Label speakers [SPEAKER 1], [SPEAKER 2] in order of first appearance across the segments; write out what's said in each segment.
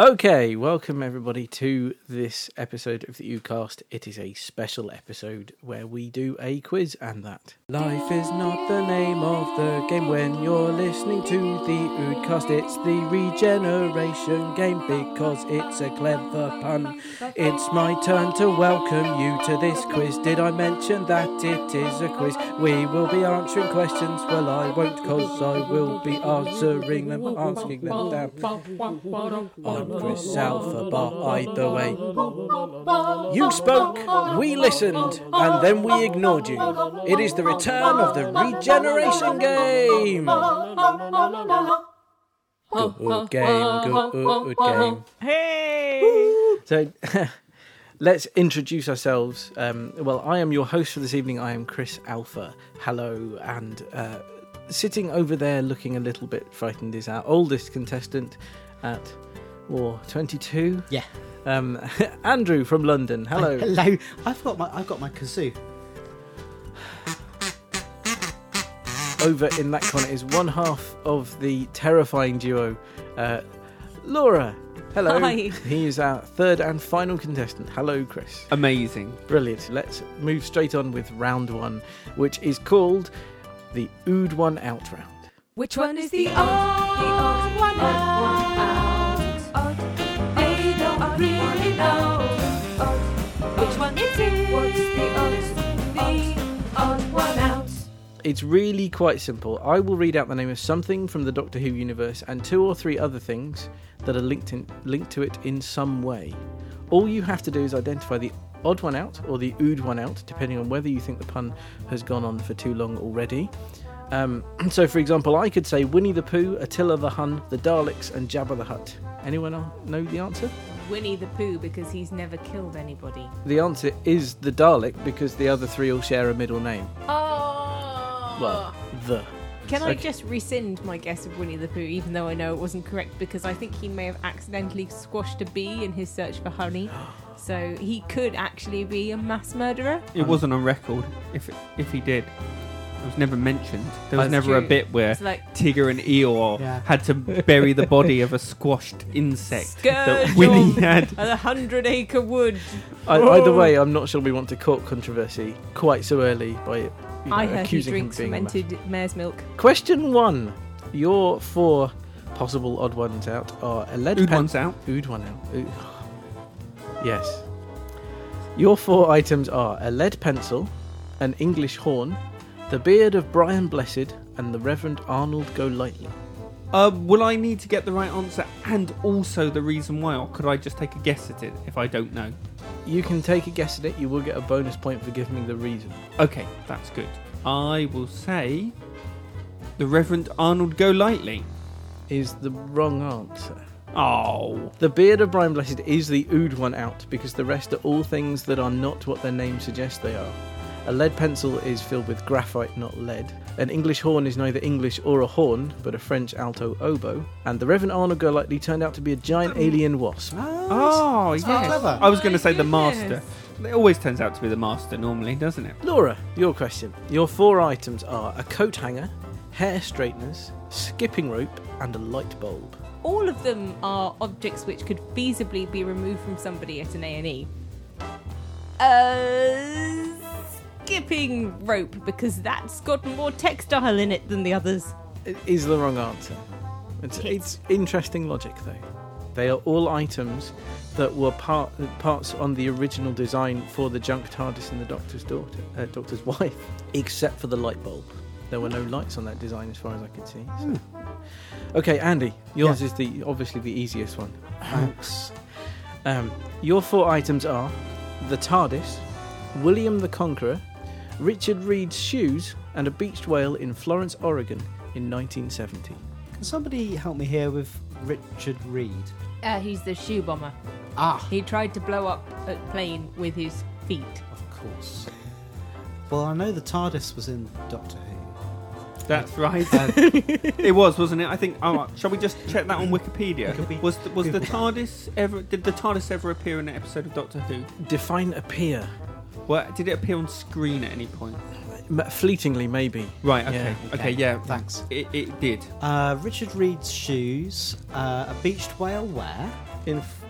[SPEAKER 1] Okay, welcome everybody to this episode of the UCast. It is a special episode where we do a quiz and that. Life is not the name of the game when you're listening to the Oodcast. It's the regeneration game because it's a clever pun. It's my turn to welcome you to this quiz. Did I mention that it is a quiz? We will be answering questions. Well, I won't because I will be answering them, asking them down. I'm Chris Alpha Bar either way. You spoke, we listened, and then we ignored you. It is the return of the regeneration game. Good game, good game.
[SPEAKER 2] Hey!
[SPEAKER 1] So let's introduce ourselves. Um, well, I am your host for this evening. I am Chris Alpha. Hello. And uh, sitting over there looking a little bit frightened is our oldest contestant at War 22.
[SPEAKER 3] Yeah.
[SPEAKER 1] Um, Andrew from London. Hello.
[SPEAKER 3] Hello. I've got my I've got my kazoo.
[SPEAKER 1] Over in that corner is one half of the terrifying duo, uh, Laura. Hello.
[SPEAKER 2] Hi.
[SPEAKER 1] He is our third and final contestant. Hello, Chris.
[SPEAKER 4] Amazing.
[SPEAKER 1] Brilliant. Let's move straight on with round one, which is called the Ood One Out round.
[SPEAKER 2] Which one is the odd? The odd one out. Odd. They don't really know. Odd. Which one it is? What's the odd? The odd one out.
[SPEAKER 1] It's really quite simple. I will read out the name of something from the Doctor Who universe and two or three other things that are linked, in, linked to it in some way. All you have to do is identify the odd one out or the ood one out, depending on whether you think the pun has gone on for too long already. Um, so, for example, I could say Winnie the Pooh, Attila the Hun, the Daleks, and Jabba the Hutt. Anyone el- know the answer?
[SPEAKER 5] Winnie the Pooh because he's never killed anybody.
[SPEAKER 1] The answer is the Dalek because the other three all share a middle name.
[SPEAKER 5] Oh!
[SPEAKER 1] Well, the.
[SPEAKER 5] Can I
[SPEAKER 1] okay.
[SPEAKER 5] just rescind my guess of Winnie the Pooh, even though I know it wasn't correct, because I think he may have accidentally squashed a bee in his search for honey. So he could actually be a mass murderer.
[SPEAKER 4] It wasn't on record. If if he did, it was never mentioned. There was
[SPEAKER 1] That's
[SPEAKER 4] never a
[SPEAKER 5] true.
[SPEAKER 4] bit where
[SPEAKER 5] It's like
[SPEAKER 4] Tigger and Eeyore
[SPEAKER 3] Yeah.
[SPEAKER 4] had to bury the body of a squashed insect that
[SPEAKER 5] Scourge
[SPEAKER 4] Winnie
[SPEAKER 5] on-
[SPEAKER 4] had.
[SPEAKER 5] a hundred acre wood.
[SPEAKER 1] I, either way, I'm not sure we want to court controversy quite so early by you know,
[SPEAKER 5] I heard he
[SPEAKER 1] accusing him
[SPEAKER 5] drinks
[SPEAKER 1] of being a
[SPEAKER 5] fermented mare's milk.
[SPEAKER 1] mas- Question one: Your four possible odd ones out are a lead
[SPEAKER 4] Ood
[SPEAKER 1] pen-
[SPEAKER 4] one's out.
[SPEAKER 1] Ood one out. Ood. Yes. Your four items are a lead pencil, an English horn, the beard of Brian Blessed, and the Reverend Arnold Golightly.
[SPEAKER 4] Uh, will I need to get the right answer and also the reason why, or could I just take a guess at it if I don't know?
[SPEAKER 1] You can take a guess at it. You will get a bonus point for giving me the reason.
[SPEAKER 4] Okay, that's good. I will say the Reverend Arnold Golightly.
[SPEAKER 1] Is the wrong answer.
[SPEAKER 4] Oh,
[SPEAKER 1] The beard of Brian Blessed is the ood one out because the rest are all things that are not what their name suggests they are. A lead pencil is filled with graphite, not lead. An English horn is neither English or a horn, but a French alto oboe. And the Reverend Arnold Golightly turned out to be a giant alien wasp.
[SPEAKER 4] oh, yes.
[SPEAKER 3] quite clever.
[SPEAKER 4] I was going
[SPEAKER 5] My
[SPEAKER 4] to say the
[SPEAKER 5] goodness.
[SPEAKER 4] master. It always turns out to be the master, normally, doesn't it?
[SPEAKER 1] Laura, your question. Your four items are a coat hanger, hair straighteners, skipping rope, and a light bulb.
[SPEAKER 5] All of them are objects which could feasibly be removed from somebody at an A and E. Uh, skipping rope because that's got more textile in it than the others.
[SPEAKER 1] It is the wrong answer. It's, it's interesting logic, though. They are all items that were part, parts on the original design for the junk TARDIS and the Doctor's daughter, uh, Doctor's wife, except for the light bulb. There were no lights on that design, as far as I could see. so- Okay, Andy, yours is the obviously the easiest one. Thanks. um, your four items are the TARDIS, William the Conqueror, Richard Reed's shoes, and a beached whale in Florence, Oregon, in 1970.
[SPEAKER 3] Can somebody help me here with Richard Reed?
[SPEAKER 5] Uh, he's the shoe bomber.
[SPEAKER 3] Ah,
[SPEAKER 5] He tried to blow up a plane with his feet.
[SPEAKER 3] of course. Well, I know the TARDIS was in Doctor Who.
[SPEAKER 4] That's right.
[SPEAKER 3] Um,
[SPEAKER 4] it was, wasn't it? I think. Oh, shall we just check that on Wikipedia?
[SPEAKER 3] Wikipedia.
[SPEAKER 4] Was the, was the
[SPEAKER 3] Google.
[SPEAKER 4] TARDIS ever? Did the TARDIS ever appear in an episode of Doctor Who?
[SPEAKER 1] Define appear.
[SPEAKER 4] Well, did it appear on screen at any point?
[SPEAKER 1] M- fleetingly, maybe.
[SPEAKER 4] Right.
[SPEAKER 1] Yeah,
[SPEAKER 4] Okay. okay.
[SPEAKER 3] okay.
[SPEAKER 4] Yeah.
[SPEAKER 3] Thanks.
[SPEAKER 4] It, it did.
[SPEAKER 3] Uh, Richard Reed's shoes. Uh, a beached whale where?
[SPEAKER 1] In, F-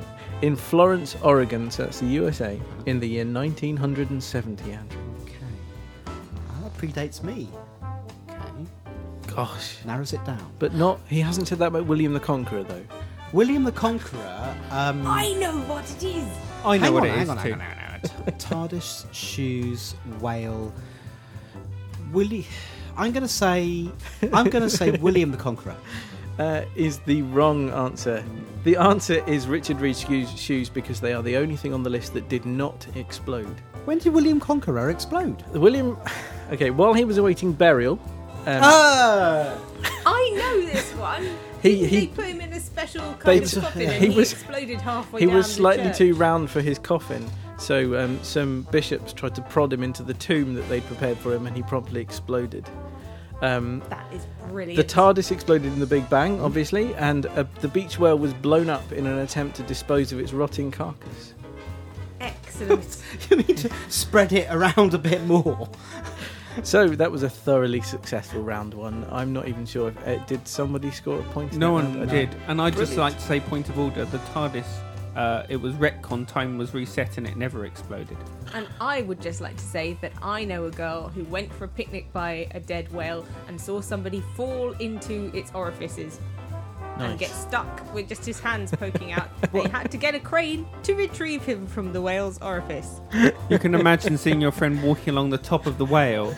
[SPEAKER 1] in Florence, Oregon, so that's the USA, in the year 1970, Andrew.
[SPEAKER 3] Okay. Ah, that predates me. Okay.
[SPEAKER 1] Gosh.
[SPEAKER 3] Narrows it down.
[SPEAKER 1] But not, he hasn't said that about William the Conqueror, though.
[SPEAKER 3] William the Conqueror. Um,
[SPEAKER 5] I know what it is.
[SPEAKER 4] I know
[SPEAKER 3] hang
[SPEAKER 4] what
[SPEAKER 3] on,
[SPEAKER 4] it is
[SPEAKER 3] hang on,
[SPEAKER 4] too.
[SPEAKER 3] hang on, hang on, hang on. TARDIS shoes whale. Willie. I'm gonna say. I'm gonna say William the Conqueror.
[SPEAKER 1] Uh, is the wrong answer. The answer is Richard Reed's shoes, shoes because they are the only thing on the list that did not explode.
[SPEAKER 3] When did William Conqueror explode?
[SPEAKER 1] William, okay, while he was awaiting burial,
[SPEAKER 3] Uh.
[SPEAKER 1] um,
[SPEAKER 3] Ah!
[SPEAKER 5] I know this one.
[SPEAKER 1] He-
[SPEAKER 5] He,
[SPEAKER 1] he-
[SPEAKER 5] they put him in a special kind
[SPEAKER 1] They-
[SPEAKER 5] of coffin and
[SPEAKER 1] he
[SPEAKER 5] he,
[SPEAKER 1] was-
[SPEAKER 5] exploded halfway
[SPEAKER 1] he
[SPEAKER 5] down
[SPEAKER 1] was
[SPEAKER 5] the
[SPEAKER 1] slightly
[SPEAKER 5] church.
[SPEAKER 1] too round for his coffin, so um, some bishops tried to prod him into the tomb that they'd prepared for him, and he promptly exploded. Um,
[SPEAKER 5] That is brilliant.
[SPEAKER 1] the TARDIS exploded in the Big Bang, obviously, and uh, the beach whale was blown up in an attempt to dispose of its rotting carcass.
[SPEAKER 5] Excellent.
[SPEAKER 3] you need to spread it around a bit more.
[SPEAKER 1] So that was a thoroughly successful round one. I'm not even sure if uh, did somebody score a point. in
[SPEAKER 4] No
[SPEAKER 1] that
[SPEAKER 4] one
[SPEAKER 1] round?
[SPEAKER 4] did. And I'd just
[SPEAKER 1] Brilliant.
[SPEAKER 4] like to say, point of order: the TARDIS. Uh, it was retcon. Time was reset, and it never exploded.
[SPEAKER 5] and I would just like to say that I know a girl who went for a picnic by a dead whale and saw somebody fall into its orifices and get
[SPEAKER 1] Nice.
[SPEAKER 5] stuck with just his hands poking out. they had to get a crane to retrieve him from the whale's orifice.
[SPEAKER 4] You can imagine seeing your friend walking along the top of the whale,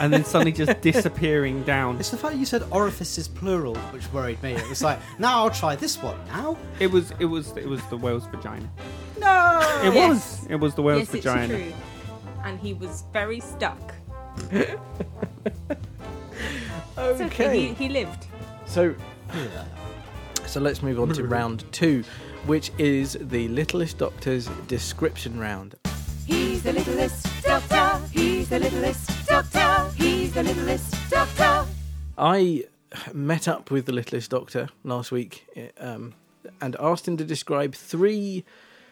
[SPEAKER 4] and then suddenly just disappearing down.
[SPEAKER 3] It's the fact that you said orifice is plural, which worried me. It was like, now I'll try this one now.
[SPEAKER 4] It was. It was. It was the whale's vagina.
[SPEAKER 3] No!
[SPEAKER 4] It
[SPEAKER 5] Oh, Yes.
[SPEAKER 4] was. It was the whale's
[SPEAKER 5] yes,
[SPEAKER 4] vagina.
[SPEAKER 5] it's true. And he was very stuck. It's okay.
[SPEAKER 1] Okay.
[SPEAKER 5] He, he lived.
[SPEAKER 1] So, so let's move on to round two, which is the Littlest Doctor's description round.
[SPEAKER 2] He's the littlest doctor. He's the littlest doctor. He's the littlest doctor.
[SPEAKER 1] I met up with the Littlest Doctor last week um, and asked him to describe three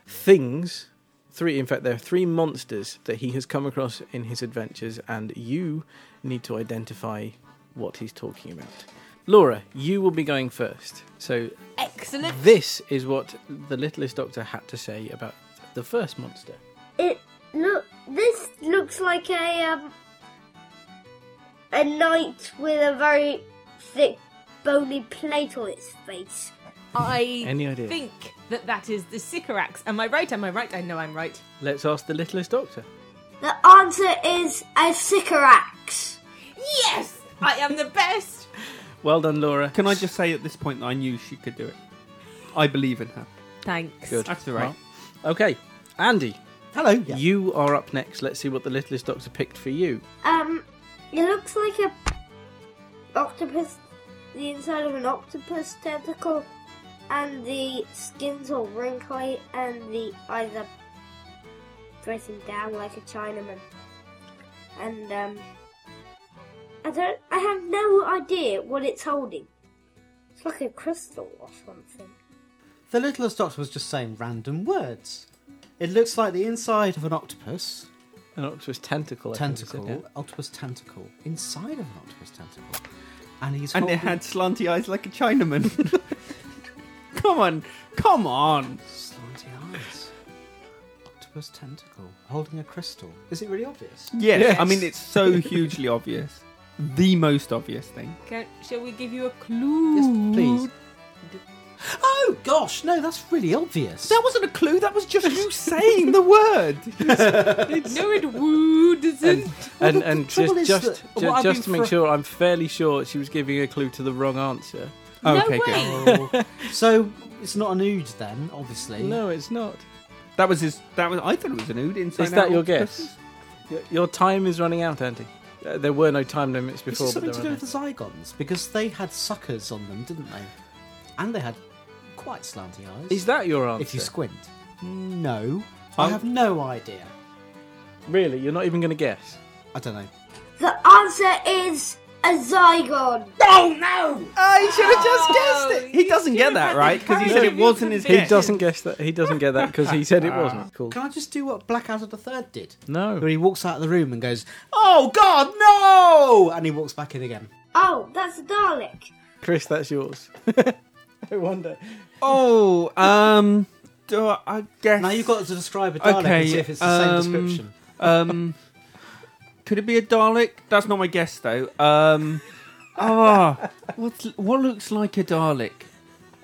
[SPEAKER 1] things. Three, in fact, there are three monsters that he has come across in his adventures, and you need to identify what he's talking about. Laura, you will be going first. So,
[SPEAKER 5] Excellent.
[SPEAKER 1] this is what the Littlest Doctor had to say about the first monster.
[SPEAKER 6] It look. This looks like a um, a knight with a very thick, bony plate on its face.
[SPEAKER 5] I
[SPEAKER 1] Any idea?
[SPEAKER 5] think that that is the Sycorax. Am I right? Am I right? I know I'm right.
[SPEAKER 1] Let's ask the Littlest Doctor.
[SPEAKER 6] The answer is a sycorax.
[SPEAKER 5] Yes! I am the best!
[SPEAKER 1] Well done, Laura.
[SPEAKER 4] Can I just say at this point that I knew she could do it? I believe in her.
[SPEAKER 5] Thanks.
[SPEAKER 1] Good.
[SPEAKER 4] That's all right.
[SPEAKER 1] Okay, Andy,
[SPEAKER 3] Hello.
[SPEAKER 1] you are up next. Let's see what the Littlest Doctor picked for you.
[SPEAKER 6] Um, it looks like a octopus. The inside of an octopus tentacle, and the skins are wrinkly, and the eyes are dressing down like a Chinaman. And um, I don't. I have no idea what it's holding. It's like a crystal or something.
[SPEAKER 3] The littlest doctor was just saying random words. It looks like the inside of an octopus
[SPEAKER 1] An octopus tentacle. I think we said,
[SPEAKER 3] tentacle, octopus tentacle, inside of an octopus tentacle, and he's
[SPEAKER 4] And
[SPEAKER 3] holding
[SPEAKER 4] it had slanty eyes like a Chinaman. come on, come on.
[SPEAKER 3] slanty eyes. Octopus tentacle holding a crystal. Is it really obvious?
[SPEAKER 4] Yes.
[SPEAKER 1] Yes.
[SPEAKER 4] I mean, it's so hugely obvious. The most obvious thing.
[SPEAKER 5] Can, shall we give you a clue?
[SPEAKER 3] Yes, please. Oh gosh, no, that's really obvious.
[SPEAKER 4] That wasn't a clue. That was just you saying the word.
[SPEAKER 5] No, it woo doesn't.
[SPEAKER 1] yeah. And
[SPEAKER 3] the-
[SPEAKER 1] and
[SPEAKER 3] the trouble
[SPEAKER 1] just
[SPEAKER 3] is
[SPEAKER 1] just
[SPEAKER 3] that
[SPEAKER 1] ju-
[SPEAKER 3] what I've
[SPEAKER 1] just
[SPEAKER 3] been
[SPEAKER 1] to make
[SPEAKER 3] fro-
[SPEAKER 1] sure, I'm fairly sure she was giving a clue to the wrong answer.
[SPEAKER 5] No
[SPEAKER 4] okay, good.
[SPEAKER 5] way.
[SPEAKER 3] Oh. so it's not an ood then, obviously.
[SPEAKER 1] No, it's not.
[SPEAKER 4] That was his. That was. I thought it was an ood inside.
[SPEAKER 1] Is that
[SPEAKER 4] out
[SPEAKER 1] your
[SPEAKER 4] octopus.
[SPEAKER 1] guess? Your, your time is running out, Andy. Uh, there were no time limits
[SPEAKER 3] Is
[SPEAKER 1] before,
[SPEAKER 3] this
[SPEAKER 1] but
[SPEAKER 3] something to
[SPEAKER 1] there
[SPEAKER 3] do
[SPEAKER 1] are
[SPEAKER 3] with the Zygons? Because they had suckers on them, didn't they? And they had quite slanty eyes.
[SPEAKER 1] now. Is that your answer?
[SPEAKER 3] if you squint? No.
[SPEAKER 4] Oh.
[SPEAKER 3] I have no idea.
[SPEAKER 1] really, you're not even going to guess.
[SPEAKER 3] I don't know.
[SPEAKER 6] The answer is A Zygon.
[SPEAKER 4] Oh no! I should have just guessed it. He doesn't
[SPEAKER 5] should
[SPEAKER 4] get
[SPEAKER 5] have
[SPEAKER 4] that
[SPEAKER 5] had
[SPEAKER 4] right
[SPEAKER 5] the
[SPEAKER 4] because he
[SPEAKER 5] courage
[SPEAKER 4] said it
[SPEAKER 5] of
[SPEAKER 4] wasn't his
[SPEAKER 1] He
[SPEAKER 4] guess.
[SPEAKER 1] doesn't guess that. He doesn't get that because he said it wasn't. Ah. Cool.
[SPEAKER 3] Can I just do what Black Hazard the Third did?
[SPEAKER 1] No.
[SPEAKER 3] Where he walks out of the room and goes, "Oh God, no!" and he walks back in again.
[SPEAKER 6] Oh, that's a Dalek.
[SPEAKER 1] Chris, that's yours. I wonder.
[SPEAKER 4] Oh, um, do I- I guess.
[SPEAKER 3] Now you've got to describe a Dalek
[SPEAKER 4] Okay,
[SPEAKER 3] and see if it's the
[SPEAKER 4] um,
[SPEAKER 3] same description.
[SPEAKER 4] Um, could it be a Dalek? That's not my guess though. Um, ah, what's what looks like a Dalek?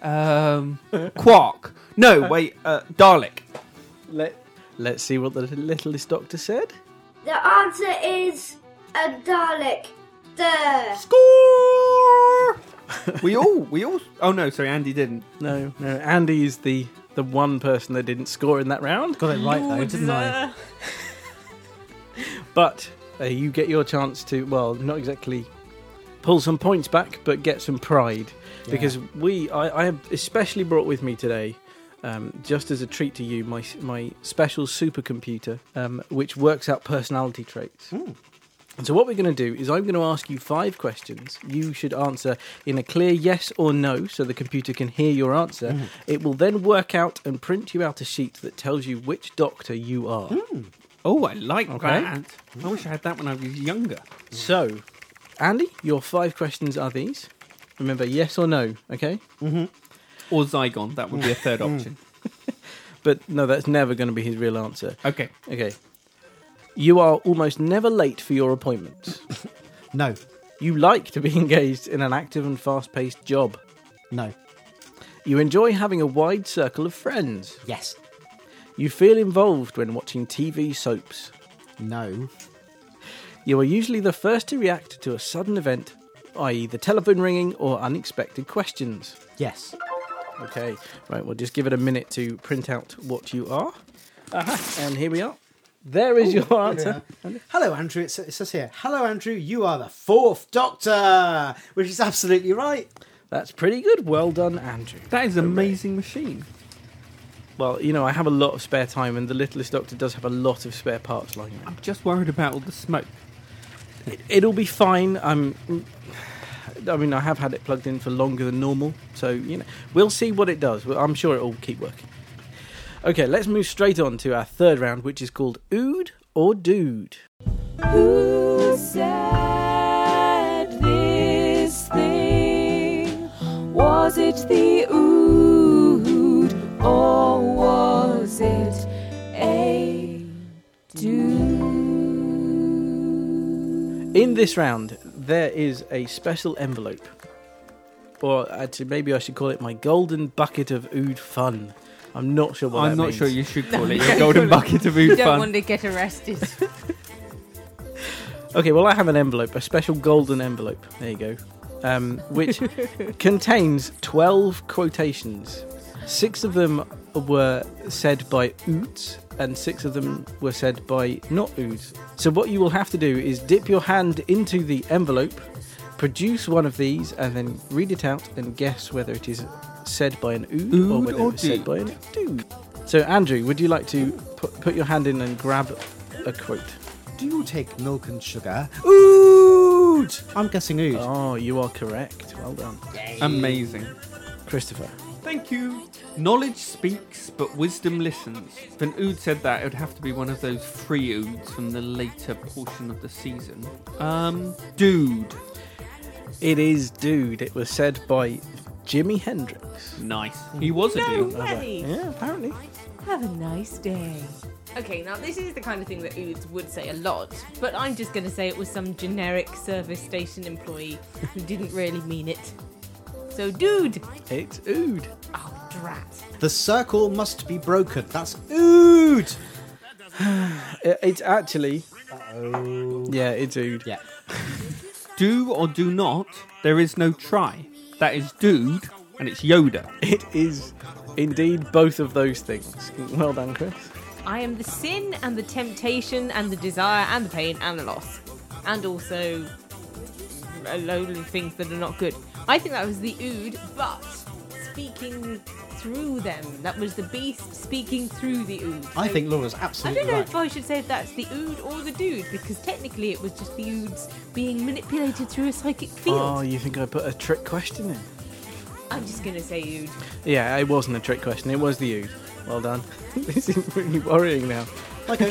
[SPEAKER 4] Um, Quark. No, wait, uh, Dalek.
[SPEAKER 1] Let Let's see what the littlest doctor said.
[SPEAKER 6] The answer is a Dalek. Duh.
[SPEAKER 4] Score. we all, we all. Oh no, sorry, Andy didn't.
[SPEAKER 1] No, no. Andy is the the one person that didn't score in that round.
[SPEAKER 3] Got it right though, didn't I?
[SPEAKER 1] But uh, you get your chance to, well, not exactly pull some points back, but get some pride. Because we, I, I have especially brought with me today, um, just as a treat to you, my, my special supercomputer, um, which works out personality traits. And so, what we're going to do is, I'm going to ask you five questions. You should answer in a clear yes or no so the computer can hear your answer. It will then work out and print you out a sheet that tells you which doctor you are.
[SPEAKER 4] Oh, I like
[SPEAKER 1] Okay.
[SPEAKER 4] that. I wish I had that when I was younger.
[SPEAKER 1] So, Andy, your five questions are these. Remember, yes or no, okay?
[SPEAKER 4] Or Zygon. That would be a third
[SPEAKER 1] Mm.
[SPEAKER 4] option.
[SPEAKER 1] But no, that's never going to be his real answer.
[SPEAKER 4] Okay.
[SPEAKER 1] Okay. You are almost never late for your appointments.
[SPEAKER 3] No,
[SPEAKER 1] you like to be engaged in an active and fast paced job.
[SPEAKER 3] no,
[SPEAKER 1] You enjoy having a wide circle of friends.
[SPEAKER 3] yes,
[SPEAKER 1] You feel involved when watching TV soaps.
[SPEAKER 3] no,
[SPEAKER 1] You are usually the first to react to a sudden event, i.e., the telephone ringing or unexpected questions.
[SPEAKER 3] yes.
[SPEAKER 1] Okay, right, we'll just give it a minute to print out what you are. Aha, and here we are. There is your answer.
[SPEAKER 3] Hello, Andrew. It's, it says here, "Hello, Andrew. You are the fourth Doctor," which is absolutely right.
[SPEAKER 1] That's pretty good. Well done, Andrew.
[SPEAKER 4] That is an amazing machine.
[SPEAKER 1] Well, you know, I have a lot of spare time, and the Littlest Doctor does have a lot of spare parts lying around.
[SPEAKER 4] I'm just worried about all the smoke.
[SPEAKER 1] It'll be fine. I'm. I mean, I have had it plugged in for longer than normal, so you know we'll see what it does. Well, I'm sure it'll keep working. Okay, let's move straight on to our third round, which is called Ood or Dude.
[SPEAKER 5] Uh,
[SPEAKER 2] Who said this thing? Was it the ood or was it a dude?
[SPEAKER 1] In this round, there is a special envelope. Or actually, maybe I should call it my golden bucket of ood fun. I'm not sure what
[SPEAKER 4] I'm
[SPEAKER 1] that
[SPEAKER 4] not
[SPEAKER 1] means.
[SPEAKER 4] sure you should call it
[SPEAKER 5] yeah,
[SPEAKER 4] your golden
[SPEAKER 5] call it-
[SPEAKER 4] bucket of food
[SPEAKER 5] don't
[SPEAKER 4] fun.
[SPEAKER 5] want to get arrested.
[SPEAKER 1] Okay, well, I have an envelope, a special golden envelope. There you go. Um, which contains 12 quotations. Six of them were said by Oods, and six of them were said by not Oods. So, what you will have to do is dip your hand into the envelope, produce one of these, and then read it out and guess whether it is said by an Ood, or
[SPEAKER 4] Ood
[SPEAKER 1] whether
[SPEAKER 4] or
[SPEAKER 1] it was said
[SPEAKER 4] Dood?
[SPEAKER 1] by an Dude. So, Andrew, would you like to put, put your hand in and grab a quote?
[SPEAKER 3] Do you take milk and sugar? Ood. I'm guessing ood.
[SPEAKER 1] Oh, you are correct. Well done.
[SPEAKER 4] Amazing.
[SPEAKER 1] Christopher.
[SPEAKER 4] Thank you. Knowledge speaks, but wisdom listens. If an ood said that, it would have to be one of those free oods from the later portion of the season. Um, dude.
[SPEAKER 1] It is Dude. It was said by Jimi Hendrix.
[SPEAKER 4] Nice. He was a dude.
[SPEAKER 5] way.
[SPEAKER 1] Yeah, apparently.
[SPEAKER 5] Have a nice day. Okay, now this is the kind of thing that Oods would say a lot, but I'm just going to say it was some generic service station employee who didn't really mean it. So, dude!
[SPEAKER 1] It's Ood.
[SPEAKER 5] Oh, drat.
[SPEAKER 3] The circle must be broken. That's ood.
[SPEAKER 1] I- It's actually. Yeah, it's Ood.
[SPEAKER 3] Yeah.
[SPEAKER 4] Do or do not, there is no try. That is dude, and it's Yoda.
[SPEAKER 1] It is indeed both of those things. Well done, Chris.
[SPEAKER 5] I am the sin and the temptation and the desire and the pain and the loss. And also a load of things that are not good. I think that was the Ood, but speaking through them. That was the beast speaking through the ood.
[SPEAKER 3] I
[SPEAKER 5] So
[SPEAKER 3] think Laura's
[SPEAKER 5] I
[SPEAKER 3] absolutely
[SPEAKER 5] don't know
[SPEAKER 3] right.
[SPEAKER 5] if I should say if that's the ood or the dude, because technically it was just the oods being manipulated through a psychic field.
[SPEAKER 1] Oh, you think I put a trick question in?
[SPEAKER 5] I'm just gonna say ood.
[SPEAKER 1] Yeah, it wasn't a trick question. It was the ood. Well done. this is really worrying now.
[SPEAKER 3] Okay.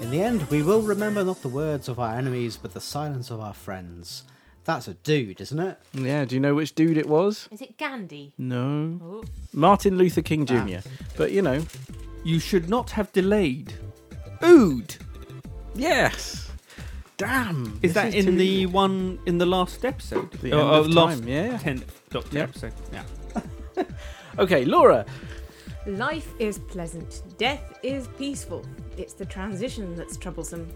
[SPEAKER 3] In the end, we will remember not the words of our enemies, but the silence of our friends. That's a dude, isn't it?
[SPEAKER 1] Yeah, do you know which dude it was?
[SPEAKER 5] Is it Gandhi?
[SPEAKER 3] Mm.
[SPEAKER 1] No. Ah.
[SPEAKER 5] Oh,
[SPEAKER 1] Martin Luther King Jr. But you know,
[SPEAKER 4] You should not have delayed. Ood.
[SPEAKER 1] yes. Damn. this
[SPEAKER 4] Is that
[SPEAKER 1] too-
[SPEAKER 4] in the one in the last episode? Oh,
[SPEAKER 1] The end of
[SPEAKER 4] last
[SPEAKER 1] time, yeah.
[SPEAKER 4] tenth Doctor
[SPEAKER 1] Yep.
[SPEAKER 4] episode. Yeah.
[SPEAKER 1] Okay, Laura.
[SPEAKER 5] Life is pleasant, death is peaceful. It's the transition that's troublesome.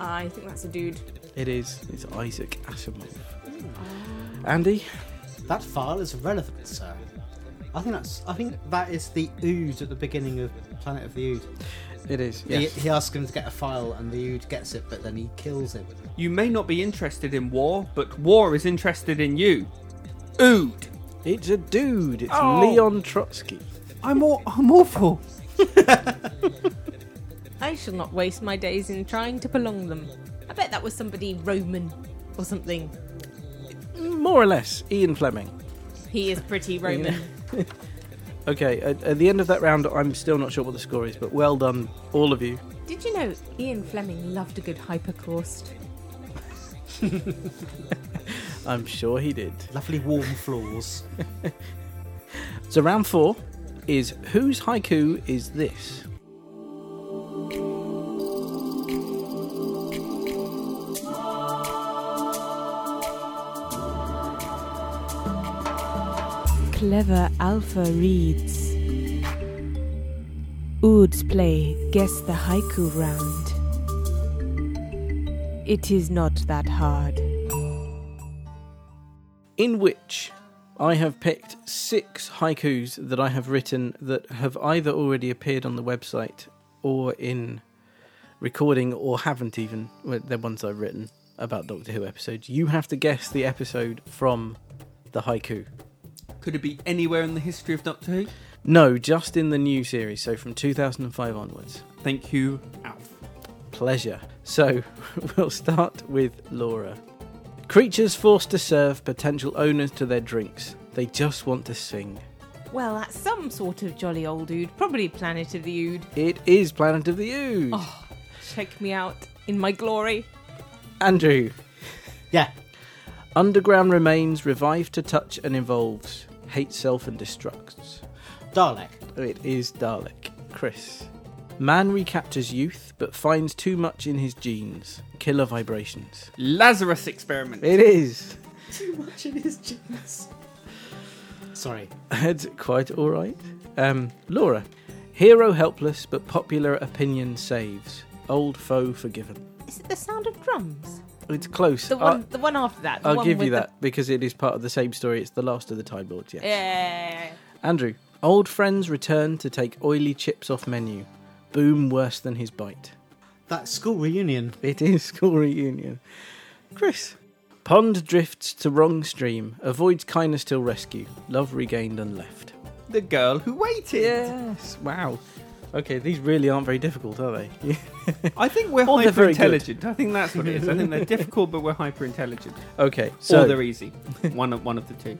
[SPEAKER 5] I think that's a dude.
[SPEAKER 1] It is. It's Isaac Asimov. Andy.
[SPEAKER 3] That file is relevant, sir. I think that's. I think that is the ood at the beginning of Planet of the Ood.
[SPEAKER 1] It is.
[SPEAKER 3] He,
[SPEAKER 1] Yes.
[SPEAKER 3] he asks him to get a file, and the ood gets it, but then he kills him.
[SPEAKER 4] You may not be interested in war, but war is interested in you. Ood.
[SPEAKER 1] It's a dude. It's
[SPEAKER 4] Oh.
[SPEAKER 1] Leon Trotsky.
[SPEAKER 4] I'm all, I'm awful.
[SPEAKER 5] I shall not waste my days in trying to prolong them. I bet that was somebody Roman or something.
[SPEAKER 1] More or less, Ian Fleming.
[SPEAKER 5] He is pretty Roman.
[SPEAKER 1] Okay, at, at the end of that round, I'm still not sure what the score is, but well done, all of you.
[SPEAKER 5] Did you know Ian Fleming loved a good hypercaust?
[SPEAKER 1] I'm sure he did.
[SPEAKER 3] Lovely warm floors.
[SPEAKER 1] So, round four is Whose Haiku Is This?
[SPEAKER 7] Clever Alpha reads. Ood's play Guess the Haiku Round. It is not that hard.
[SPEAKER 1] in which I have picked six haikus that I have written that have either already appeared on the website or in recording or haven't even. Well, they're ones I've written about Doctor Who episodes. You have to guess the episode from the haiku.
[SPEAKER 4] Could it be anywhere in the history of Doctor Who?
[SPEAKER 1] No, just in the new series, so from 2005 onwards.
[SPEAKER 4] Thank you, Alf.
[SPEAKER 1] Pleasure. So we'll start with Laura. Creatures forced to serve potential owners to their drinks. They just want to sing.
[SPEAKER 5] Well, that's some sort of jolly old ood, probably Planet of the Ood.
[SPEAKER 1] It is Planet of the Ood.
[SPEAKER 5] Oh. Check me out in my glory.
[SPEAKER 1] Andrew,
[SPEAKER 3] Yeah,
[SPEAKER 1] underground remains revive to touch and evolves, hates self and destructs.
[SPEAKER 3] Dalek.
[SPEAKER 1] It is Dalek. Chris, man recaptures youth but finds too much in his genes, killer vibrations.
[SPEAKER 4] Lazarus experiment.
[SPEAKER 1] It is.
[SPEAKER 3] Sorry.
[SPEAKER 1] That's quite all right. Um, Laura, hero helpless but popular opinion saves, old foe forgiven.
[SPEAKER 5] Is it the sound of drums?
[SPEAKER 1] It's close.
[SPEAKER 5] The
[SPEAKER 1] I-
[SPEAKER 5] one, the one after that. the
[SPEAKER 1] Uh, I'll
[SPEAKER 5] one
[SPEAKER 1] give you
[SPEAKER 5] with the-
[SPEAKER 1] that because it is part of the same story. It's the last of the Time Lords. Yes.
[SPEAKER 5] Yeah.
[SPEAKER 1] Andrew, old friends return to take oily chips off menu. Boom worse than his bite.
[SPEAKER 3] That school reunion.
[SPEAKER 1] It is school reunion. Chris. Pond drifts to wrong stream, avoids kindness till rescue, love regained and left.
[SPEAKER 4] The girl who waited.
[SPEAKER 1] Yes, wow. Okay, these really aren't very difficult, are they?
[SPEAKER 4] I think we're
[SPEAKER 1] Or they're
[SPEAKER 4] hyper
[SPEAKER 1] very good.
[SPEAKER 4] intelligent. I think that's what it is. I think they're difficult, but we're hyper intelligent.
[SPEAKER 1] okay,
[SPEAKER 4] or
[SPEAKER 1] so
[SPEAKER 4] they're easy. One of one of the two.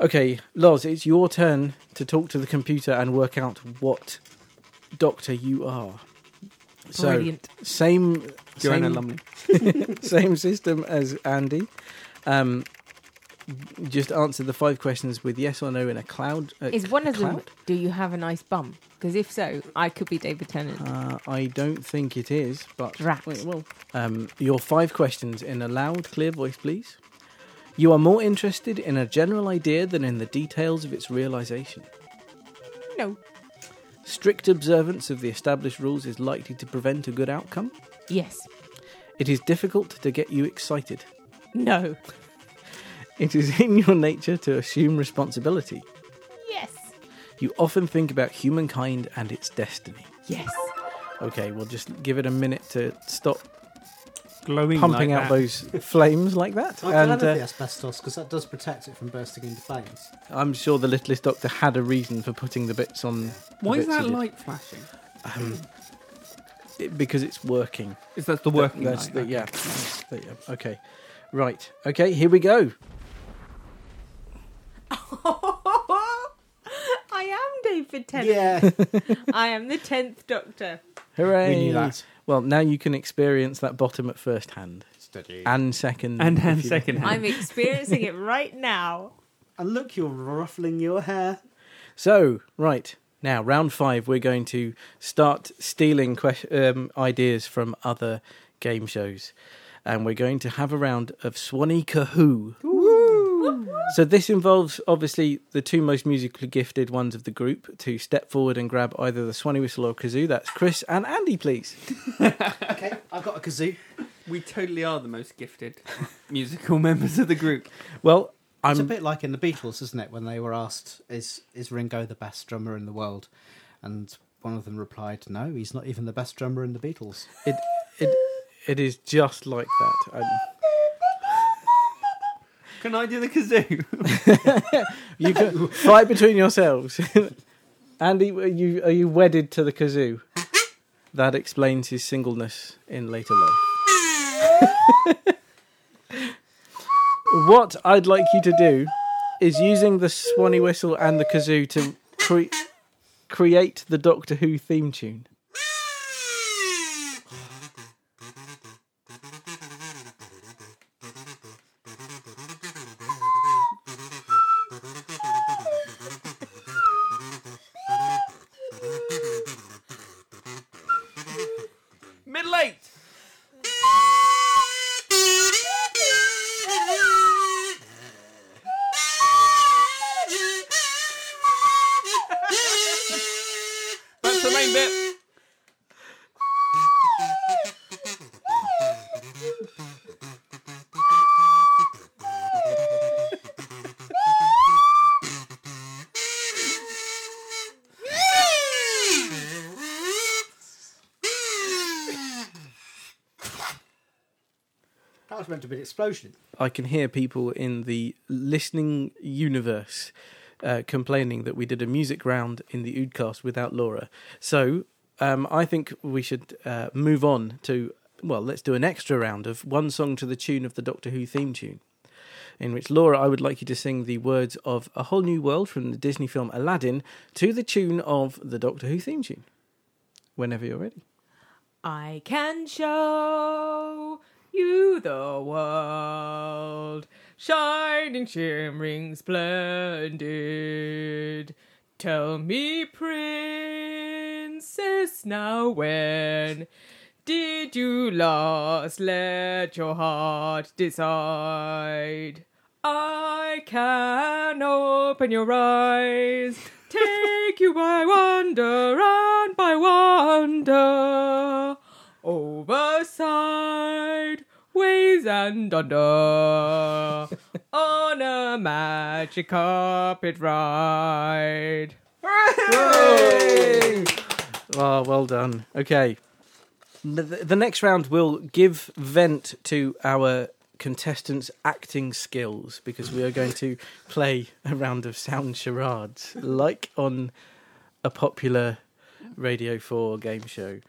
[SPEAKER 1] okay, Loz, it's your turn to talk to the computer and work out what doctor you are. So,
[SPEAKER 5] Brilliant.
[SPEAKER 1] same
[SPEAKER 4] You're an
[SPEAKER 1] same
[SPEAKER 4] alumni.
[SPEAKER 1] same system as Andy. Um, just answer the five questions with yes or no in a cloud. uh, A
[SPEAKER 5] Is one of them,
[SPEAKER 1] cloud?
[SPEAKER 5] do you have a nice bum? Because if so, I could be David Tennant.
[SPEAKER 1] Uh, I don't think it is, but
[SPEAKER 5] Drat.
[SPEAKER 1] Wait, well, um, your five questions in a loud, clear voice, please. You are more interested in a general idea than in the details of its realization.
[SPEAKER 5] no.
[SPEAKER 1] Strict observance of the established rules is likely to prevent a good outcome.
[SPEAKER 5] Yes.
[SPEAKER 1] It is difficult to get you excited.
[SPEAKER 5] No.
[SPEAKER 1] It is in your nature to assume responsibility.
[SPEAKER 5] Yes.
[SPEAKER 1] You often think about humankind and its destiny.
[SPEAKER 5] Yes.
[SPEAKER 1] Okay, we'll just give it a minute to stop
[SPEAKER 4] glowing
[SPEAKER 1] pumping
[SPEAKER 4] like
[SPEAKER 1] out
[SPEAKER 4] that.
[SPEAKER 1] those flames like that.
[SPEAKER 3] I'm glad
[SPEAKER 1] and
[SPEAKER 3] of
[SPEAKER 1] uh,
[SPEAKER 3] the asbestos because that does protect it from bursting into flames.
[SPEAKER 1] I'm sure the littlest doctor had a reason for putting the bits on. the
[SPEAKER 4] Why is
[SPEAKER 1] bits he
[SPEAKER 4] that
[SPEAKER 1] did.
[SPEAKER 4] light flashing?
[SPEAKER 1] It- because it's working.
[SPEAKER 4] Is that the working
[SPEAKER 1] That's
[SPEAKER 4] light?
[SPEAKER 1] the, yeah. That's the- yeah. Okay. Right. Okay. Here we go.
[SPEAKER 5] I am David Tennant.
[SPEAKER 3] Yeah,
[SPEAKER 5] I am the tenth Doctor.
[SPEAKER 1] Hooray!
[SPEAKER 3] we knew that.
[SPEAKER 1] Well, now you can experience that bottom at first hand
[SPEAKER 3] Steady.
[SPEAKER 1] and second
[SPEAKER 4] And hand
[SPEAKER 1] if you-
[SPEAKER 4] second hand.
[SPEAKER 5] I'm experiencing it right now.
[SPEAKER 3] And look, you're ruffling your hair.
[SPEAKER 1] So, right now, round five, we're going to start stealing que- um, ideas from other game shows, and we're going to have a round of Swanee Kahoo. So this involves obviously the two most musically gifted ones of the group to step forward and grab either the Swanee whistle or kazoo. That's Chris and Andy, please.
[SPEAKER 3] Okay, I've got a kazoo.
[SPEAKER 4] We totally are the most gifted musical members of the group.
[SPEAKER 1] Well,
[SPEAKER 3] It's a
[SPEAKER 1] I'm
[SPEAKER 3] bit like in the Beatles, isn't it? When they were asked, "Is is Ringo the best drummer in the world?" and one of them replied, "No, he's not even the best drummer in the Beatles."
[SPEAKER 1] it. it it is just like that. Um,
[SPEAKER 4] Can I do the kazoo?
[SPEAKER 1] you go, fight between yourselves. Andy, are you are you wedded to the kazoo? That explains his singleness in later life. what I'd like you to do is using the swanee whistle and the kazoo to cre- create the Doctor Who theme tune.
[SPEAKER 4] Mid late. That's the main bit.
[SPEAKER 3] That was meant to be an explosion.
[SPEAKER 1] I can hear people in the listening universe uh, complaining that we did a music round in the Oodcast without Laura. So um, I think we should uh, move on to, well, let's do an extra round of one song to the tune of the Doctor Who theme tune. In which Laura, I would like you to sing the words of A Whole New World from the Disney film Aladdin to the tune of the Doctor Who theme tune. Whenever you're ready.
[SPEAKER 5] I can show you the world, shining, shimmering, splendid. Tell me, princess, now when did you last let your heart decide? I can open your eyes, take you by wonder and by wonder, over side, ways and under, on a magic carpet ride.
[SPEAKER 1] Ah, well done. Okay. The, the next round will give vent to our contestants' acting skills because we are going to play a round of sound charades, like on a popular Radio 4 game show.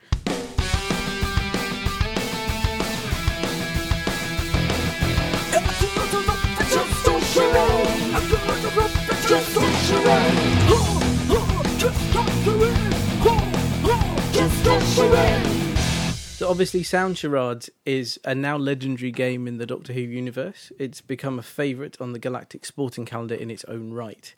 [SPEAKER 1] So obviously, Sound Charades is a now legendary game in the Doctor Who universe. It's become a favourite on the galactic sporting calendar in its own right.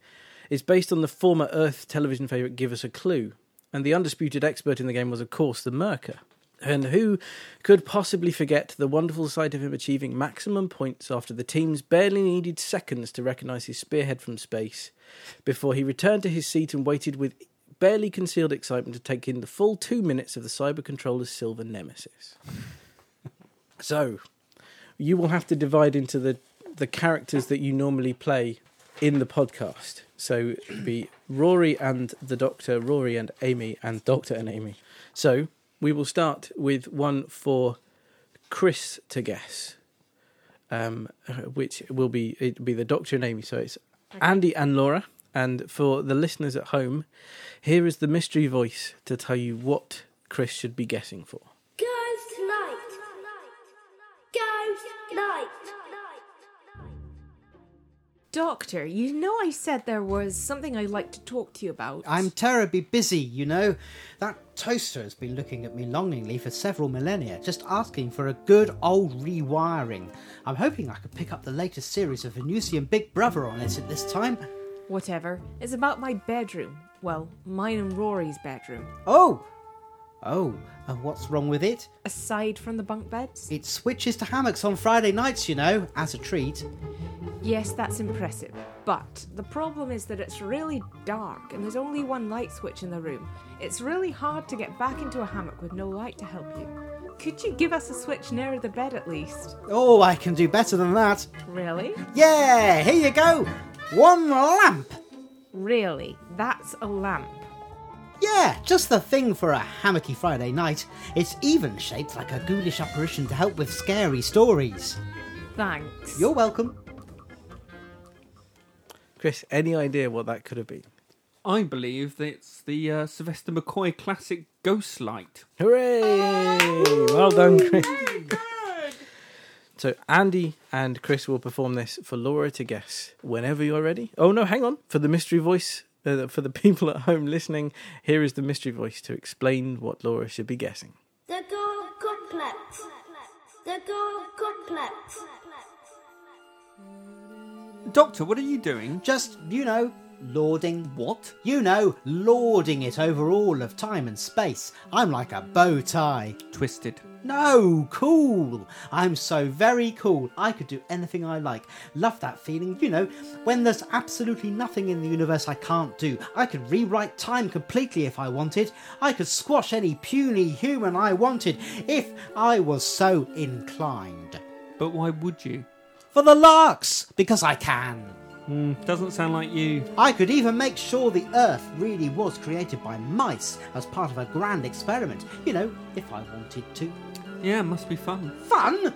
[SPEAKER 1] It's based on the former Earth television favourite Give Us a Clue, and the undisputed expert in the game was, of course, the Merker. And who could possibly forget the wonderful sight of him achieving maximum points after the teams barely needed seconds to recognise his spearhead from space before he returned to his seat and waited with barely concealed excitement to take in the full two minutes of the cyber controller's silver nemesis. so, you will have to divide into the, the characters that you normally play in the podcast. So, it'd be Rory and the Doctor, Rory and Amy, and Doctor and Amy. So, we will start with one for Chris to guess, um, uh, which will be it'll be the Doctor and Amy. So it's Andy and Laura. And for the listeners at home, here is the mystery voice to tell you what Chris should be guessing for.
[SPEAKER 6] Ghost light. Ghost light.
[SPEAKER 5] Doctor, you know I said there was something I'd like to talk to you about.
[SPEAKER 3] I'm terribly busy, you know. That toaster has been looking at me longingly for several millennia, just asking for a good old rewiring. I'm hoping I could pick up the latest series of Venusian Big Brother on it at this time.
[SPEAKER 5] Whatever. It's about my bedroom. Well, mine and Rory's bedroom.
[SPEAKER 3] Oh! Oh, and what's wrong with it?
[SPEAKER 5] Aside from the bunk beds?
[SPEAKER 3] It switches to hammocks on Friday nights, you know, as a treat.
[SPEAKER 5] Yes, that's impressive. But the problem is that it's really dark and there's only one light switch in the room. It's really hard to get back into a hammock with no light to help you. Could you give us a switch nearer the bed at least?
[SPEAKER 3] Oh, I can do better than that.
[SPEAKER 5] Really?
[SPEAKER 3] Yeah, here you go. One lamp.
[SPEAKER 5] Really? That's a lamp.
[SPEAKER 3] Yeah, just the thing for a hammocky Friday night. It's even shaped like a ghoulish apparition to help with scary stories.
[SPEAKER 5] Thanks.
[SPEAKER 3] You're welcome.
[SPEAKER 1] Chris, any idea what that could have been?
[SPEAKER 4] I believe that it's the uh, Sylvester McCoy classic Ghost Light.
[SPEAKER 1] Hooray! Well done, Chris. So Andy and Chris will perform this for Laura to guess whenever you're ready. Oh no, hang on. For the mystery voice, uh, for the people at home listening, here is the mystery voice to explain what Laura should be guessing.
[SPEAKER 6] The gold complex. The gold complex.
[SPEAKER 4] Doctor, what are you doing?
[SPEAKER 3] Just, you know, lording.
[SPEAKER 4] What?
[SPEAKER 3] You know, lording it over all of time and space. I'm like a bow tie.
[SPEAKER 4] Twisted.
[SPEAKER 3] No, cool. I'm so very cool. I could do anything I like. Love that feeling, you know, when there's absolutely nothing in the universe I can't do. I could rewrite time completely if I wanted. I could squash any puny human I wanted if I was so inclined.
[SPEAKER 4] But why would you?
[SPEAKER 3] For the larks, because I can.
[SPEAKER 4] Mm, doesn't sound like you.
[SPEAKER 3] I could even make sure the Earth really was created by mice as part of a grand experiment, you know, if I wanted to.
[SPEAKER 4] Yeah, must be fun.
[SPEAKER 3] Fun?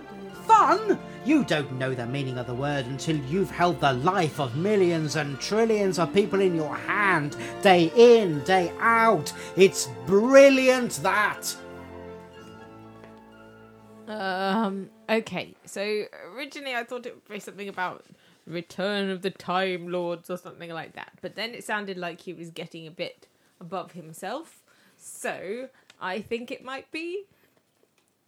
[SPEAKER 3] Fun? You don't know the meaning of the word until you've held the life of millions and trillions of people in your hand, day in, day out. It's brilliant, that!
[SPEAKER 5] Um, okay, so originally I thought it would be something about Return of the Time Lords or something like that, but then it sounded like he was getting a bit above himself, so I think it might be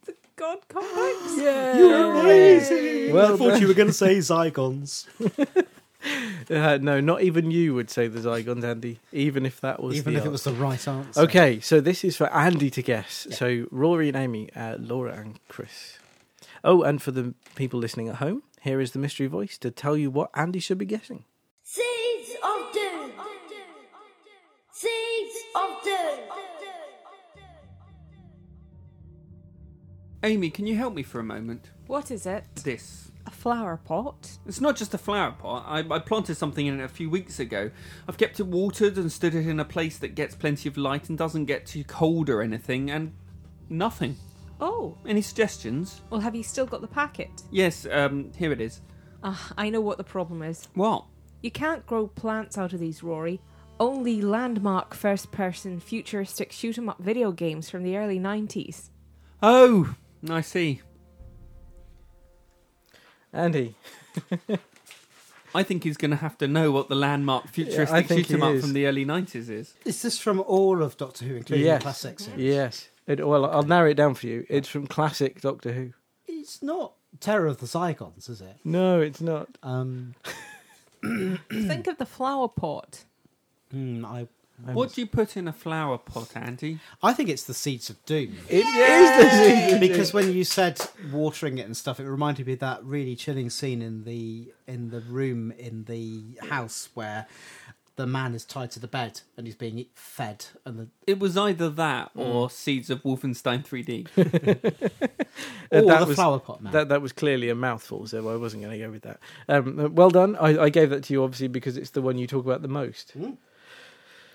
[SPEAKER 5] the God Complex.
[SPEAKER 1] Well done.
[SPEAKER 3] you were going to say Zygons.
[SPEAKER 1] Uh, no, not even you would say the Zygons, Andy. Even if that was
[SPEAKER 3] Even
[SPEAKER 1] the
[SPEAKER 3] if it was the right answer.
[SPEAKER 1] Okay, so this is for Andy to guess. So Rory and Amy, uh, Laura and Chris. Oh, and for the people listening at home, here is the mystery voice to tell you what Andy should be guessing.
[SPEAKER 6] Seeds of doom. Seeds of doom.
[SPEAKER 4] Amy, can you help me for a moment?
[SPEAKER 5] What is it?
[SPEAKER 4] This.
[SPEAKER 5] A flower pot?
[SPEAKER 4] It's not just a flower pot. I, I planted something in it a few weeks ago. I've kept it watered and stood it in a place that gets plenty of light and doesn't get too cold or anything, and nothing.
[SPEAKER 5] Oh,
[SPEAKER 4] Any suggestions?
[SPEAKER 5] well, have you still got the packet?
[SPEAKER 4] Yes, um, here it is.
[SPEAKER 5] Ah, I know what the problem is.
[SPEAKER 4] What?
[SPEAKER 5] You can't grow plants out of these, Rory. Only landmark first person futuristic shoot 'em up video games from the early 90s.
[SPEAKER 4] Oh, I see.
[SPEAKER 1] Andy,
[SPEAKER 4] I think he's going to have to know what the landmark
[SPEAKER 1] I
[SPEAKER 4] futuristic
[SPEAKER 1] think
[SPEAKER 4] shoot 'em
[SPEAKER 1] he
[SPEAKER 4] up
[SPEAKER 1] is.
[SPEAKER 4] from the early 90s is.
[SPEAKER 3] Is this from all of Doctor Who, including
[SPEAKER 1] Yes.
[SPEAKER 3] the classics?
[SPEAKER 1] yes. It, well, I'll narrow it down for you. It's from classic Doctor Who.
[SPEAKER 3] It's not Terror of the Zygons, is it?
[SPEAKER 1] No, it's not.
[SPEAKER 3] Um,
[SPEAKER 5] Think of the flower pot.
[SPEAKER 3] hmm, I,
[SPEAKER 4] What do you put in a flower pot, Andy?
[SPEAKER 3] I think it's the Seeds of Doom.
[SPEAKER 1] It is the
[SPEAKER 3] because when you said watering it and stuff, it reminded me of that really chilling scene in the in the room in the house where the man is tied to the bed and he's being fed, and the,
[SPEAKER 4] It was either that
[SPEAKER 1] Hmm.
[SPEAKER 4] or Seeds of Wolfenstein 3D.
[SPEAKER 1] Uh,
[SPEAKER 3] or
[SPEAKER 1] that
[SPEAKER 3] the
[SPEAKER 1] was-
[SPEAKER 3] flower pot man.
[SPEAKER 1] That that was clearly a mouthful, so I wasn't going to go with that. Um, well done. I, I gave that to you obviously because it's the one you talk about the most.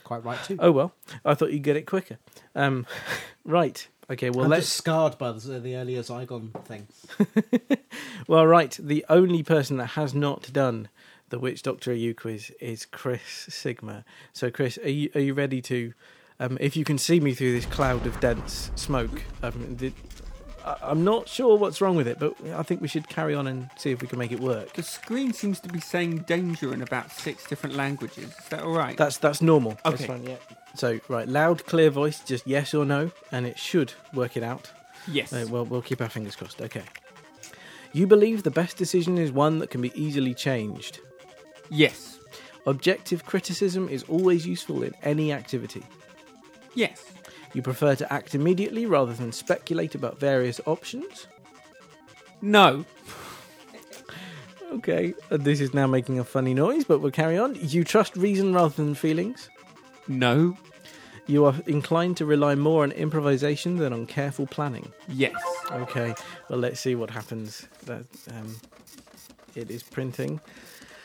[SPEAKER 3] quite right too.
[SPEAKER 1] Oh well, I thought you'd get it quicker. Um, right. Okay. Well,
[SPEAKER 3] I'm
[SPEAKER 1] let's.
[SPEAKER 3] just scarred by the, the earlier Zygon thing.
[SPEAKER 1] Well, right. The only person that has not done the Witch Doctor EU quiz is Chris Sigma. So, Chris, are you are you ready to? Um, if you can see me through this cloud of dense smoke, um, the, I, I'm not sure what's wrong with it, but I think we should carry on and see if we can make it work.
[SPEAKER 4] The screen seems to be saying danger in about six different languages. Is that all right?
[SPEAKER 1] That's that's normal. That's
[SPEAKER 4] Okay.
[SPEAKER 1] fine, yeah. So, right, loud, clear voice, just yes or no, and it should work it out.
[SPEAKER 4] yes.
[SPEAKER 1] Uh, well, we'll keep our fingers crossed. Okay. You believe the best decision is one that can be easily changed.
[SPEAKER 4] yes.
[SPEAKER 1] Objective criticism is always useful in any activity.
[SPEAKER 4] Yes.
[SPEAKER 1] You prefer to act immediately rather than speculate about various options.
[SPEAKER 4] No.
[SPEAKER 1] Okay, uh, this is now making a funny noise, but we'll carry on. You trust reason rather than feelings.
[SPEAKER 4] No.
[SPEAKER 1] You are inclined to rely more on improvisation than on careful planning.
[SPEAKER 4] Yes.
[SPEAKER 1] Okay, well, let's see what happens. That um, It is printing.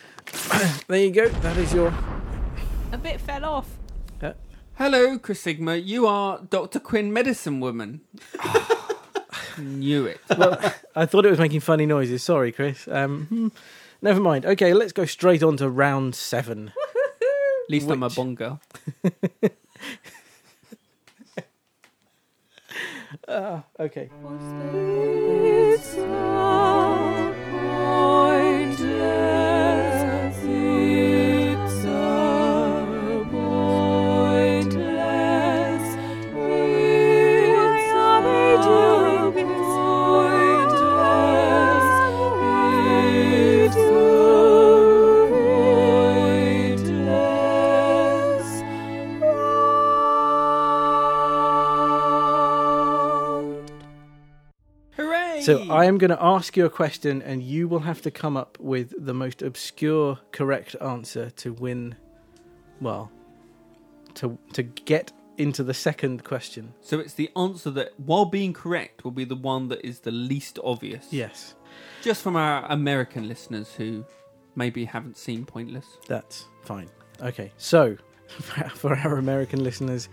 [SPEAKER 1] there you go, that is your.
[SPEAKER 5] A bit fell off.
[SPEAKER 4] Hello, Chris Sigma. You are Dr. Quinn Medicine Woman. Knew it.
[SPEAKER 1] I thought it was making funny noises. Sorry, Chris. Um, hmm, never mind. Okay, let's go straight on to round seven.
[SPEAKER 4] At least I'm a bongo.
[SPEAKER 1] Okay.
[SPEAKER 2] It's a pointless, it's a pointless, it's a pointless, it's a pointless.
[SPEAKER 4] Hooray!
[SPEAKER 1] So I am going to ask you a question, and you will have to come up with the most obscure correct answer to win. Well, to to get into the second question.
[SPEAKER 4] So it's the answer that, while being correct, will be the one that is the least obvious.
[SPEAKER 1] Yes,
[SPEAKER 4] Just from our American listeners who maybe haven't seen Pointless.
[SPEAKER 1] that's fine. Okay, so for our American listeners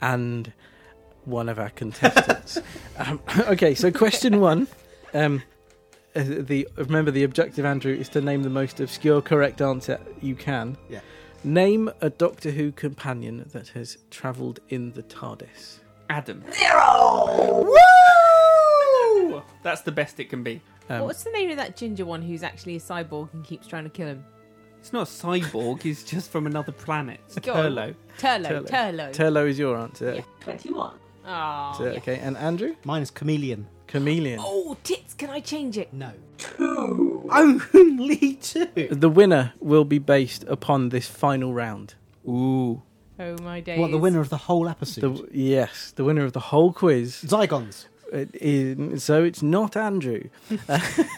[SPEAKER 1] and one of our contestants. um, okay, so question one. Um, uh, the remember the objective, Andrew, is to name the most obscure correct answer you can.
[SPEAKER 3] Yeah.
[SPEAKER 1] Name a Doctor Who companion that has travelled in the TARDIS.
[SPEAKER 4] Adam. Woo! That's the best it can be.
[SPEAKER 5] What's the name of that ginger one who's actually a cyborg and keeps trying to kill him?
[SPEAKER 4] It's not a cyborg, he's just from another planet. It's
[SPEAKER 5] Go on.
[SPEAKER 4] Turlo.
[SPEAKER 5] Turlo. Turlo.
[SPEAKER 1] Turlo is your answer.
[SPEAKER 5] Yeah.
[SPEAKER 2] 21.
[SPEAKER 5] Ah.
[SPEAKER 1] So, Okay, and Andrew?
[SPEAKER 3] Mine is chameleon.
[SPEAKER 1] Chameleon.
[SPEAKER 5] Oh, tits, can I change it?
[SPEAKER 3] No. Two. Only two.
[SPEAKER 1] The winner will be based upon this final round.
[SPEAKER 4] Ooh.
[SPEAKER 5] Oh, my days.
[SPEAKER 3] What the winner of the whole episode?
[SPEAKER 1] The, yes, the winner of the whole quiz
[SPEAKER 3] Zygons.
[SPEAKER 1] It is, so it's not Andrew.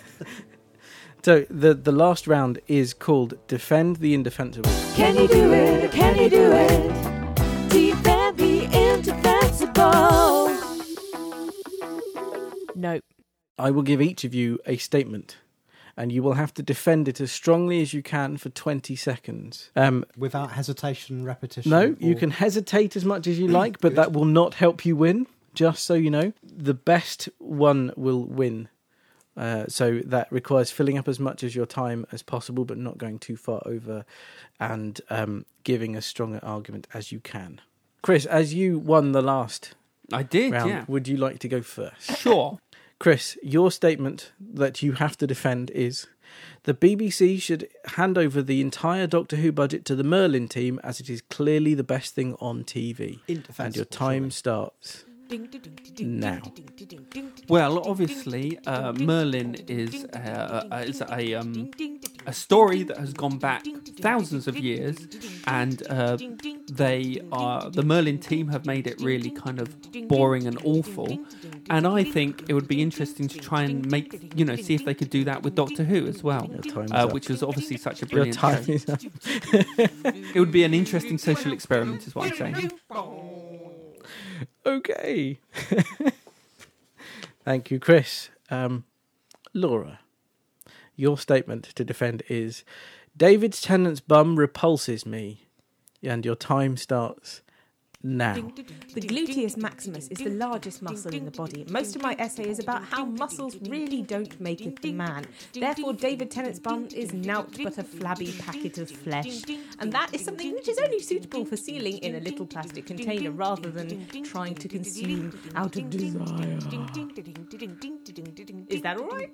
[SPEAKER 1] so the the last round is called "Defend the Indefensible."
[SPEAKER 2] Can you do it? Can you do it? Defend the indefensible.
[SPEAKER 5] Nope.
[SPEAKER 1] I will give each of you a statement, and you will have to defend it as strongly as you can for twenty seconds. Um,
[SPEAKER 3] Without hesitation, repetition.
[SPEAKER 1] no, you
[SPEAKER 3] or-
[SPEAKER 1] can hesitate as much as you like, but that will not help you win. Just so you know, the best one will win. Uh, so that requires filling up as much as your time as possible, but not going too far over, and um, giving as strong an argument as you can. Chris, as you won the last
[SPEAKER 4] I did,
[SPEAKER 1] round,
[SPEAKER 4] yeah.
[SPEAKER 1] would you like to go first?
[SPEAKER 4] Sure.
[SPEAKER 1] Chris, your statement that you have to defend is the BBC should hand over the entire Doctor Who budget to the Merlin team as it is clearly the best thing on TV.
[SPEAKER 3] Indefensible,
[SPEAKER 1] And your time starts. Now.
[SPEAKER 4] Well, obviously, uh, Merlin is a, a- is a um, a story that has gone back thousands of years, and uh, they are the Merlin team have made it really kind of boring and awful. And I think it would be interesting to try and make you know see if they could do that with Doctor Who as well,
[SPEAKER 1] time is
[SPEAKER 4] uh,
[SPEAKER 1] up.
[SPEAKER 4] which was obviously such a
[SPEAKER 1] Your
[SPEAKER 4] brilliant
[SPEAKER 1] time
[SPEAKER 4] show.
[SPEAKER 1] is up.
[SPEAKER 4] It would be an interesting social experiment, is what I'm saying.
[SPEAKER 1] Okay. Thank you, Chris. Um, Laura, your statement to defend is David's tenant's bum repulses me. and your time starts now.
[SPEAKER 5] The gluteus maximus is the largest muscle in the body. Most of my essay is about how muscles really don't make it the man. Therefore, David Tennant's bum is nought but a flabby packet of flesh. And that is something which is only suitable for sealing in a little plastic container rather than trying to consume out of desire. Is that all right?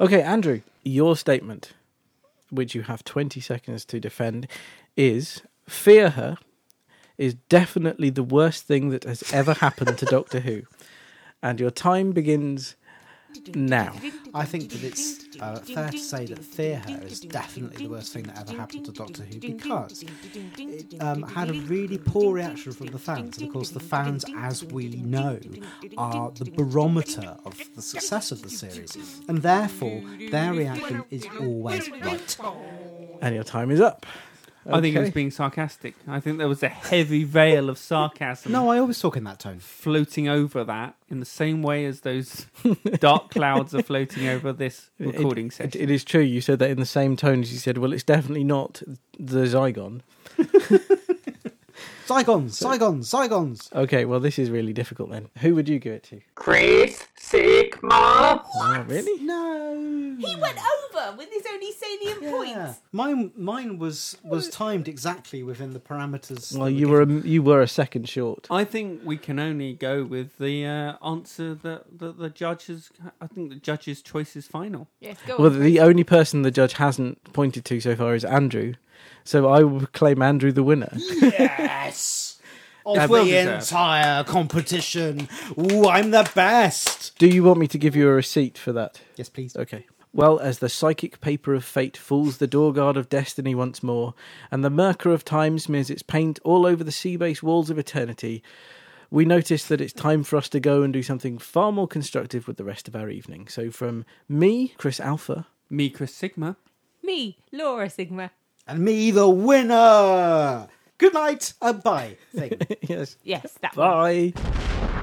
[SPEAKER 1] Okay, Andrew, your statement, which you have 20 seconds to defend, is fear her is definitely the worst thing that has ever happened to Doctor Who. And your time begins now.
[SPEAKER 3] I think that it's uh, fair to say that Fear Her is definitely the worst thing that ever happened to Doctor Who because it um, had a really poor reaction from the fans. And of course, the fans, as we know, are the barometer of the success of the series. And therefore, their reaction is always right.
[SPEAKER 1] And your time is up.
[SPEAKER 4] I think it was
[SPEAKER 1] Okay.
[SPEAKER 4] being sarcastic. I think there was a heavy veil of sarcasm
[SPEAKER 3] No, I always talk in that tone.
[SPEAKER 4] floating over that in the same way as those dark clouds are floating over this
[SPEAKER 1] It-
[SPEAKER 4] recording
[SPEAKER 1] it-
[SPEAKER 4] session.
[SPEAKER 1] it is true. You said that in the same tone as you said, well, it's definitely not the Zygon.
[SPEAKER 3] Zygons, Zygons, Zygons.
[SPEAKER 1] Okay, well, this is really difficult then. Who would you give it to?
[SPEAKER 8] Chris Sigma.
[SPEAKER 1] Oh, really?
[SPEAKER 3] No.
[SPEAKER 5] He went over with his only salient
[SPEAKER 3] Yeah. Mine, mine was was timed exactly within the parameters.
[SPEAKER 1] Well,
[SPEAKER 3] that
[SPEAKER 1] you
[SPEAKER 3] given.
[SPEAKER 1] were a, you were a second short.
[SPEAKER 4] I think we can only go with the uh, answer that, that the judge has. I think the judge's choice is final.
[SPEAKER 5] Yes, go
[SPEAKER 1] Well,
[SPEAKER 5] on.
[SPEAKER 1] the only person the judge hasn't pointed to so far is Andrew, so I will claim Andrew the winner.
[SPEAKER 3] Yes! Of
[SPEAKER 4] Yeah, well
[SPEAKER 3] the
[SPEAKER 4] deserved.
[SPEAKER 3] entire competition. Ooh, I'm the best.
[SPEAKER 1] Do you want me to give you a receipt for that?
[SPEAKER 3] Yes, please.
[SPEAKER 1] Okay. Well, as the psychic paper of fate fools the doorguard of destiny once more, and the murker of time smears its paint all over the sea base walls of eternity, we notice that it's time for us to go and do something far more constructive with the rest of our evening. So, from me, Chris Alpha,
[SPEAKER 4] Me, Chris Sigma.
[SPEAKER 5] Me, Laura Sigma.
[SPEAKER 3] And me, the winner. Good night and bye. Thing.
[SPEAKER 1] yes,
[SPEAKER 5] Yes, that one.
[SPEAKER 1] bye.